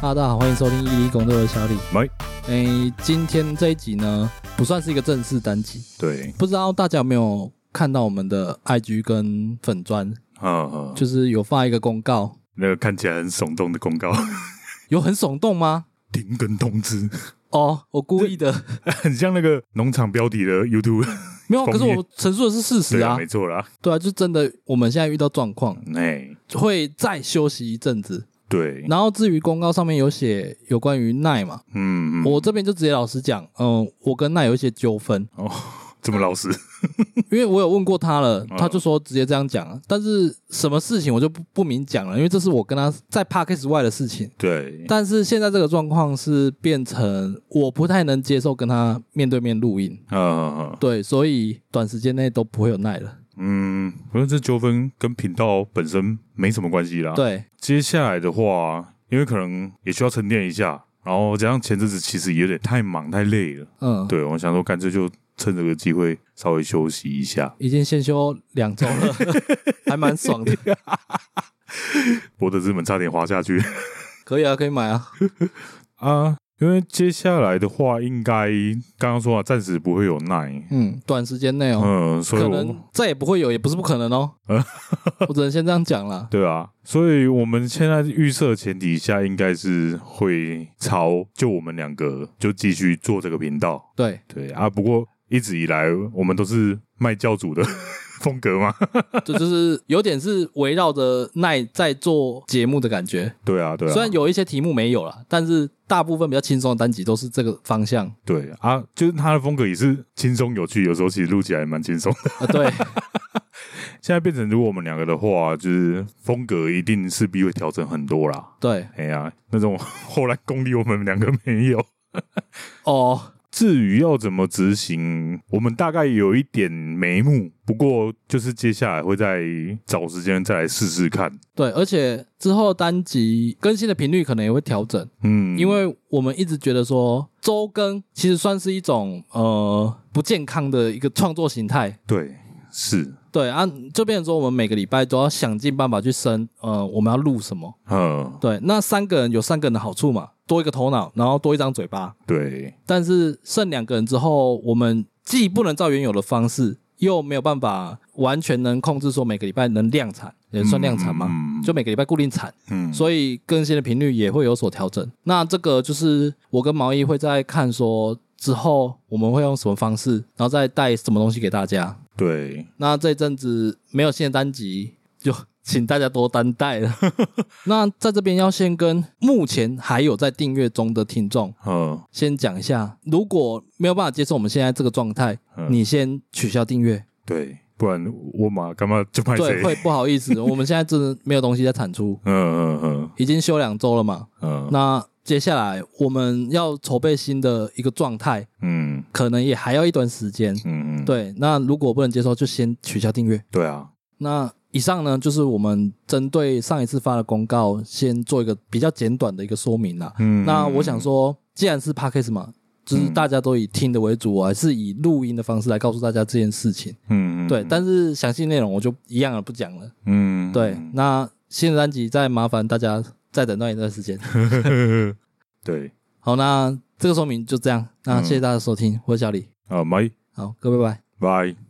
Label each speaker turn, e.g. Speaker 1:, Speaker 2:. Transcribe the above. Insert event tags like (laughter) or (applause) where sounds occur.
Speaker 1: Hello，大家好，欢迎收听一零工作的小李。
Speaker 2: 喂，
Speaker 1: 诶，今天这一集呢，不算是一个正式单集，
Speaker 2: 对，
Speaker 1: 不知道大家有没有看到我们的 IG 跟粉砖，
Speaker 2: 啊，就
Speaker 1: 就是有发一个公告，
Speaker 2: 那个看起来很耸动的公告， (laughs)
Speaker 1: 有很耸动吗？
Speaker 2: 停更通知， (laughs)
Speaker 1: 哦，我故意的，
Speaker 2: 很像那个农场标题的 YouTube，
Speaker 1: 没有，可是
Speaker 2: 封面
Speaker 1: 我陈述的 (laughs) 是事实
Speaker 2: 对
Speaker 1: 啊，
Speaker 2: 没错啦，
Speaker 1: 对啊，就真的我们现在遇到状况，
Speaker 2: 哎，
Speaker 1: 会再休息一阵子。
Speaker 2: 对，
Speaker 1: 然后至于公告上面有写有关于奈嘛，
Speaker 2: 嗯，嗯
Speaker 1: 我这边就直接老实讲，嗯，我跟奈有一些纠纷，
Speaker 2: 这么老实，
Speaker 1: 因为我有问过他了，
Speaker 2: 嗯
Speaker 1: 他就说直接这样讲啊，但是什么事情我就不不明讲了，因为这是我跟他在 p a r k a s 外的事情。
Speaker 2: 对，
Speaker 1: 但是现在这个状况是变成我不太能接受跟他面对面录音，
Speaker 2: 啊，
Speaker 1: 对，所以短时间内都不会有耐了。
Speaker 2: 嗯，不过这纠纷跟频道本身没什么关系啦。，
Speaker 1: 对，
Speaker 2: 接下来的话，因为可能也需要沉淀一下，然后加上前阵子其实有点太忙太累了，
Speaker 1: 嗯，
Speaker 2: 对我想说干脆就趁这个机会稍微休息一下。
Speaker 1: 已经先休两周 (laughs) 了，还蛮爽的，
Speaker 2: 我的资本差点滑下去，
Speaker 1: 可以啊，可以买啊。
Speaker 2: 啊，因为接下来的话，应该刚刚说啊，暂时不会有奈，
Speaker 1: 嗯，短时间内哦，
Speaker 2: 嗯，所以
Speaker 1: 可
Speaker 2: 我
Speaker 1: 能再也不会有，也不是不可能哦。我只能先这样讲啦。
Speaker 2: 对啊，所以我们现在预设前提下，应该是会朝就我们两个就继续做这个频道，
Speaker 1: 对，
Speaker 2: 对啊，不过一直以来我们都是卖教主的 (laughs) 风格嘛，
Speaker 1: 这就是有点是围绕着奈在做节目的感觉。
Speaker 2: 对啊，对啊，
Speaker 1: 虽然有一些题目没有啦，但是大部分比较轻松的单集都是这个方向
Speaker 2: 对啊，就是他的风格也是轻松有趣，有时候其实录起来蛮轻松。
Speaker 1: 啊。对，
Speaker 2: 现在变成如果我们两个的话，就是风格一定势必会调整很多啦。
Speaker 1: 对，
Speaker 2: 哎呀，那种 (laughs) 后来功力我们两个没有。
Speaker 1: 哦，
Speaker 2: 至于要怎么执行，我们大概有一点眉目，不过就是接下来会再找时间再来试试看。
Speaker 1: 对，而且之后单集更新的频率可能也会调整，
Speaker 2: 嗯，
Speaker 1: 因为我们一直觉得说周更其实算是一种呃不健康的一个创作形态。
Speaker 2: 对是，
Speaker 1: 对啊，就变成说我们每个礼拜都要想尽办法去生，呃，我们要录什么？
Speaker 2: 嗯，
Speaker 1: 对，那三个人有三个人的好处嘛，多一个头脑，然后多一张嘴巴，
Speaker 2: 对，
Speaker 1: 但是剩两个人之后，我们既不能照原有的方式，又没有办法完全能控制说每个礼拜能量产，也算量产吗？
Speaker 2: 嗯
Speaker 1: 就每个礼拜固定产，
Speaker 2: 嗯，
Speaker 1: 所以更新的频率也会有所调整。那这个就是我跟毛衣会在看说之后我们会用什么方式，然后再带什么东西给大家。
Speaker 2: 对，
Speaker 1: 那这阵子没有新的单集，就请大家多担待了。那在这边要先跟目前还有在订阅中的听众
Speaker 2: 嗯，
Speaker 1: 先讲一下，如果没有办法接受我们现在这个状态，
Speaker 2: 嗯
Speaker 1: 你先取消订阅，
Speaker 2: 对，不然我嘛干嘛就拍
Speaker 1: 对，
Speaker 2: 谁？
Speaker 1: 会不好意思，我们现在真的没有东西在产出，
Speaker 2: (laughs) 嗯嗯嗯
Speaker 1: 已经休两周了嘛。
Speaker 2: 嗯，
Speaker 1: 那接下来我们要筹备新的一个状态，
Speaker 2: 嗯
Speaker 1: 可能也还要一段时间。
Speaker 2: 嗯嗯，
Speaker 1: 对，那如果不能接受，就先取消订阅。
Speaker 2: 对啊，
Speaker 1: 那以上呢，就是我们针对上一次发的公告，先做一个比较简短的一个说明啦。
Speaker 2: 嗯，
Speaker 1: 那我想说，既然是 p a c k a s e 嘛，就是大家都以听的为主，我还是以录音的方式来告诉大家这件事情。
Speaker 2: 嗯，嗯，
Speaker 1: 对，但是详细内容我就一样的不讲了。
Speaker 2: 嗯，
Speaker 1: 对，那新的单集再麻烦大家再等待一段时间。
Speaker 2: 对
Speaker 1: 好，那这个说明就这样。那
Speaker 2: 嗯
Speaker 1: 谢谢大家的收听，我是小李。
Speaker 2: 啊，拜
Speaker 1: 好，各位拜拜。
Speaker 2: 拜。